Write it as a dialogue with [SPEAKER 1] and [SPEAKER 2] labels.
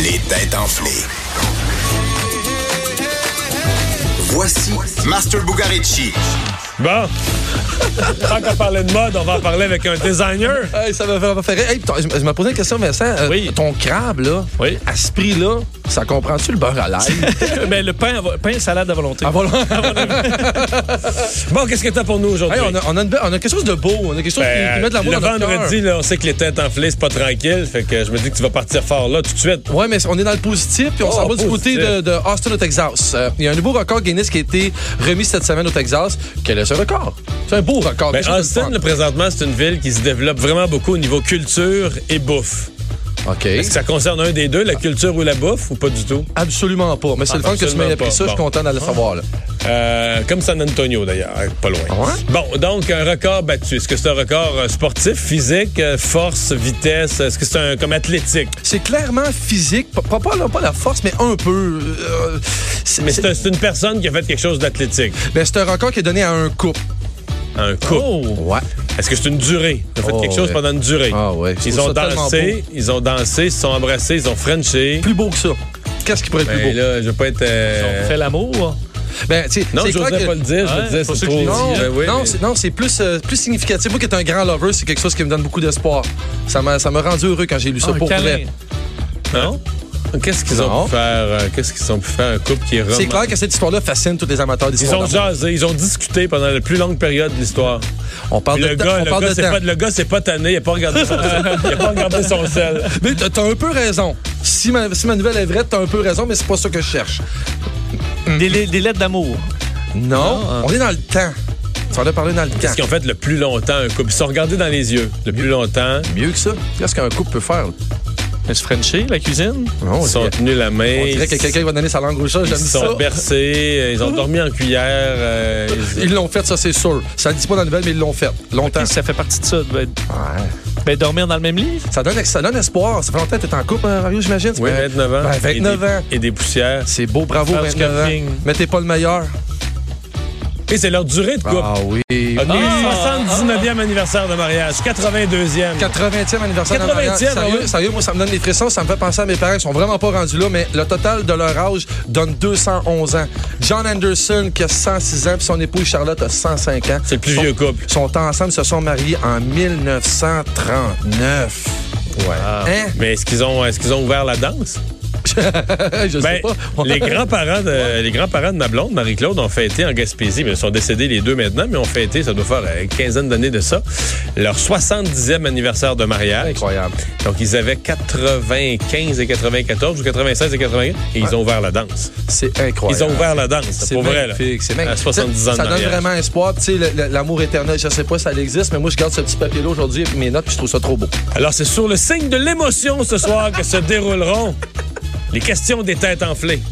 [SPEAKER 1] Les têtes enflées. Voici Master Bugarici.
[SPEAKER 2] Bon. Tant qu'on parlait de mode, on va en parler avec un designer.
[SPEAKER 3] Hey, ça m'a fait faire. Hey, ton- je me- je me posais une question, Vincent. Euh,
[SPEAKER 2] Oui.
[SPEAKER 3] Ton crabe, là,
[SPEAKER 2] Oui.
[SPEAKER 3] à ce prix-là, ça comprend-tu le beurre à l'ail?
[SPEAKER 2] Mais le pain, à vo- pain salade à volonté.
[SPEAKER 3] Ah, voilà.
[SPEAKER 2] Ah. Bon, qu'est-ce que t'as pour nous aujourd'hui?
[SPEAKER 3] Hey, on, a, on a une be- on a quelque chose de beau. On a quelque chose qui, qui met de l'amour
[SPEAKER 2] Ben, le
[SPEAKER 3] dans notre
[SPEAKER 2] vendredi, là, on sait que les têtes enflées, c'est pas tranquille. Fait que je me dis que tu vas partir fort là tout de suite.
[SPEAKER 3] cœur. Ouais, mais on est dans le positif, puis on
[SPEAKER 2] Oh,
[SPEAKER 3] s'en va du côté
[SPEAKER 2] positif.
[SPEAKER 3] de, de Austin au Texas. Euh, Il y a un nouveau record Guinness qui a été remis cette semaine au Texas. Quel est ce record? C'est un beau record.
[SPEAKER 2] Ben,
[SPEAKER 3] quelque chose de
[SPEAKER 2] Austin,
[SPEAKER 3] fun.
[SPEAKER 2] là, présentement, c'est une ville qui se développe vraiment beaucoup au niveau culture et bouffe.
[SPEAKER 3] OK.
[SPEAKER 2] Est-ce que ça concerne un des deux, la culture ou la bouffe, ou pas du tout?
[SPEAKER 3] Absolument pas. Mais c'est
[SPEAKER 2] Ah,
[SPEAKER 3] le fun que tu
[SPEAKER 2] absolument
[SPEAKER 3] m'aies appris
[SPEAKER 2] pas.
[SPEAKER 3] ça. Je suis
[SPEAKER 2] Bon. Ah.
[SPEAKER 3] content de le savoir. Là.
[SPEAKER 2] Euh, comme San Antonio, d'ailleurs, hein, pas loin.
[SPEAKER 3] ouais?
[SPEAKER 2] Bon, donc, un record battu. Est-ce que c'est un record euh, sportif, physique, euh, force, vitesse? Est-ce que c'est un comme athlétique?
[SPEAKER 3] C'est clairement physique. Pas, pas, pas- pas la force, mais un peu. Euh, c'est-
[SPEAKER 2] Mais
[SPEAKER 3] c'est-
[SPEAKER 2] c'est un- c'est une personne qui a fait quelque chose d'athlétique.
[SPEAKER 3] Ben, c'est un record qui est donné à un couple.
[SPEAKER 2] Un couple.
[SPEAKER 3] Ouais.
[SPEAKER 2] Est-ce que c'est une durée? Ils ont fait
[SPEAKER 3] Oh,
[SPEAKER 2] quelque chose
[SPEAKER 3] ouais.
[SPEAKER 2] pendant une durée.
[SPEAKER 3] Ah, ouais. Je
[SPEAKER 2] Ils
[SPEAKER 3] trouve
[SPEAKER 2] ont
[SPEAKER 3] ça tellement
[SPEAKER 2] dansé, ils ont dansé, ils se sont embrassés, ils ont frenché.
[SPEAKER 3] Plus beau que ça. Qu'est-ce qui pourrait être plus
[SPEAKER 2] Ben
[SPEAKER 3] beau?
[SPEAKER 2] là, je veux pas être... euh,
[SPEAKER 4] Fait l'amour.
[SPEAKER 3] Ben, tu sais,
[SPEAKER 2] Non,
[SPEAKER 3] c'est
[SPEAKER 2] je
[SPEAKER 3] clair
[SPEAKER 2] n'osais
[SPEAKER 3] que-
[SPEAKER 2] pas le dire.
[SPEAKER 4] Ouais,
[SPEAKER 2] je le disais,
[SPEAKER 4] c'est pour
[SPEAKER 2] c'est
[SPEAKER 4] ça que
[SPEAKER 2] trop
[SPEAKER 4] je l'ai
[SPEAKER 3] Non,
[SPEAKER 2] dit.
[SPEAKER 4] dit.
[SPEAKER 2] Ben oui,
[SPEAKER 3] non,
[SPEAKER 2] mais-
[SPEAKER 3] c'est- non, c'est plus, euh, plus significatif. Moi qui est un grand lover, c'est quelque chose qui me donne beaucoup d'espoir. Ça m'a ça m'a rendu heureux quand j'ai lu ça
[SPEAKER 2] Ah,
[SPEAKER 4] Un
[SPEAKER 3] pour
[SPEAKER 4] câlin.
[SPEAKER 3] vrai.
[SPEAKER 2] Non? Hein? Qu'est-ce qu'ils ont
[SPEAKER 3] Non.
[SPEAKER 2] pu faire? euh, Qu'est-ce qu'ils ont pu faire? Un couple qui est
[SPEAKER 3] C'est
[SPEAKER 2] romantique.
[SPEAKER 3] clair que cette histoire-là fascine tous les amateurs
[SPEAKER 2] Ils
[SPEAKER 3] d'histoire.
[SPEAKER 2] ont
[SPEAKER 3] d'amour.
[SPEAKER 2] jasé, ils ont discuté pendant la plus longue période de l'histoire.
[SPEAKER 3] On parle
[SPEAKER 2] Le
[SPEAKER 3] de temps,
[SPEAKER 2] gars,
[SPEAKER 3] on
[SPEAKER 2] le
[SPEAKER 3] parle
[SPEAKER 2] gars,
[SPEAKER 3] de
[SPEAKER 2] c'est
[SPEAKER 3] temps.
[SPEAKER 2] pas, le gars, c'est pas tanné, il a pas regardé son sel. Il a pas regardé son sel.
[SPEAKER 3] Mais t'as t'as un peu raison. Si ma, si ma nouvelle est vraie, t'as un peu raison, mais c'est pas ça que je cherche.
[SPEAKER 4] Des, li- des lettres d'amour.
[SPEAKER 3] Non, on est dans le temps. Tu en as parlé dans le temps.
[SPEAKER 2] Ah, Qu'est-ce qu'ils ont fait le plus longtemps, un couple? Ils se sont regardés dans les yeux le plus longtemps.
[SPEAKER 3] Mieux que ça. Qu'est-ce qu'un couple peut faire?
[SPEAKER 4] Un se frencher, la cuisine.
[SPEAKER 3] Non, Ah, on,
[SPEAKER 2] Ils se sont
[SPEAKER 3] dirait,
[SPEAKER 2] tenus la main.
[SPEAKER 3] on dirait que quelqu'un va donner sa langue au chat. J'aime
[SPEAKER 2] Ils se
[SPEAKER 3] ça.
[SPEAKER 2] sont bercés, euh, ils ont dormi en cuillère. euh, ils-
[SPEAKER 3] Ils l'ont fait, ça c'est sûr. Ça ne dit pas dans la nouvelle, mais ils l'ont fait. Longtemps.
[SPEAKER 4] Puis Ça fait partie de ça. Ben,
[SPEAKER 3] Ouais.
[SPEAKER 4] ben, dormir dans le même lit.
[SPEAKER 3] Ça donne, ça donne espoir. Ça fait longtemps que t'es en couple, hein, Mario, j'imagine.
[SPEAKER 2] Oui,
[SPEAKER 3] Ben,
[SPEAKER 2] 29 ans.
[SPEAKER 3] ben, 29
[SPEAKER 2] et des,
[SPEAKER 3] ans.
[SPEAKER 2] Et des poussières.
[SPEAKER 3] C'est beau, bravo,
[SPEAKER 4] Faire du
[SPEAKER 3] 29 ans.
[SPEAKER 4] camping.
[SPEAKER 3] Mais t'es pas le meilleur.
[SPEAKER 2] Et c'est leur durée de couple.
[SPEAKER 3] Ah, oui.
[SPEAKER 2] OK, 79e anniversaire de mariage, 82e.
[SPEAKER 3] 80e anniversaire
[SPEAKER 2] 80e,
[SPEAKER 3] d'un mariage. Sérieux,
[SPEAKER 2] ouais.
[SPEAKER 3] sérieux, moi, ça me donne des frissons. Ça me fait penser à mes parents qui sont vraiment pas rendus là, mais le total de leur âge donne 211 ans. John Anderson, qui a 106 ans, puis son épouse Charlotte a 105 ans.
[SPEAKER 2] C'est le plus
[SPEAKER 3] Sont-
[SPEAKER 2] vieux couple.
[SPEAKER 3] sont ensemble, se sont mariés en 1939.
[SPEAKER 2] Ouais.
[SPEAKER 3] Hein?
[SPEAKER 2] Mais est-ce qu'ils ont, est-ce qu'ils ont ouvert la danse?
[SPEAKER 3] Euh, Je
[SPEAKER 2] Ben,
[SPEAKER 3] sais pas.
[SPEAKER 2] les grands-parents de, les grands-parents de ma blonde, Marie-Claude, ont fêté en Gaspésie. Mais ils sont décédés les deux maintenant, mais ont fêté, ça doit faire euh, une quinzaine d'années de ça, leur 70e anniversaire de mariage.
[SPEAKER 3] Incroyable.
[SPEAKER 2] Donc, ils avaient 95 et 94, ou 96 et 95, et ils ont ouvert la danse.
[SPEAKER 3] C'est incroyable.
[SPEAKER 2] Ils ont ouvert la danse,
[SPEAKER 3] C'est
[SPEAKER 2] pour vrai, là.
[SPEAKER 3] magnifique, c'est magnifique.
[SPEAKER 2] À 70 ans
[SPEAKER 3] Ça
[SPEAKER 2] de
[SPEAKER 3] donne
[SPEAKER 2] mariage.
[SPEAKER 3] vraiment espoir. Tu sais, le- le- l'amour éternel, je sais pas si ça existe, mais moi, je garde ce petit papier-là aujourd'hui et mes notes, puis je trouve ça trop beau.
[SPEAKER 2] Alors, c'est sur le signe de l'émotion ce soir que se dérouleront les questions des têtes enflées.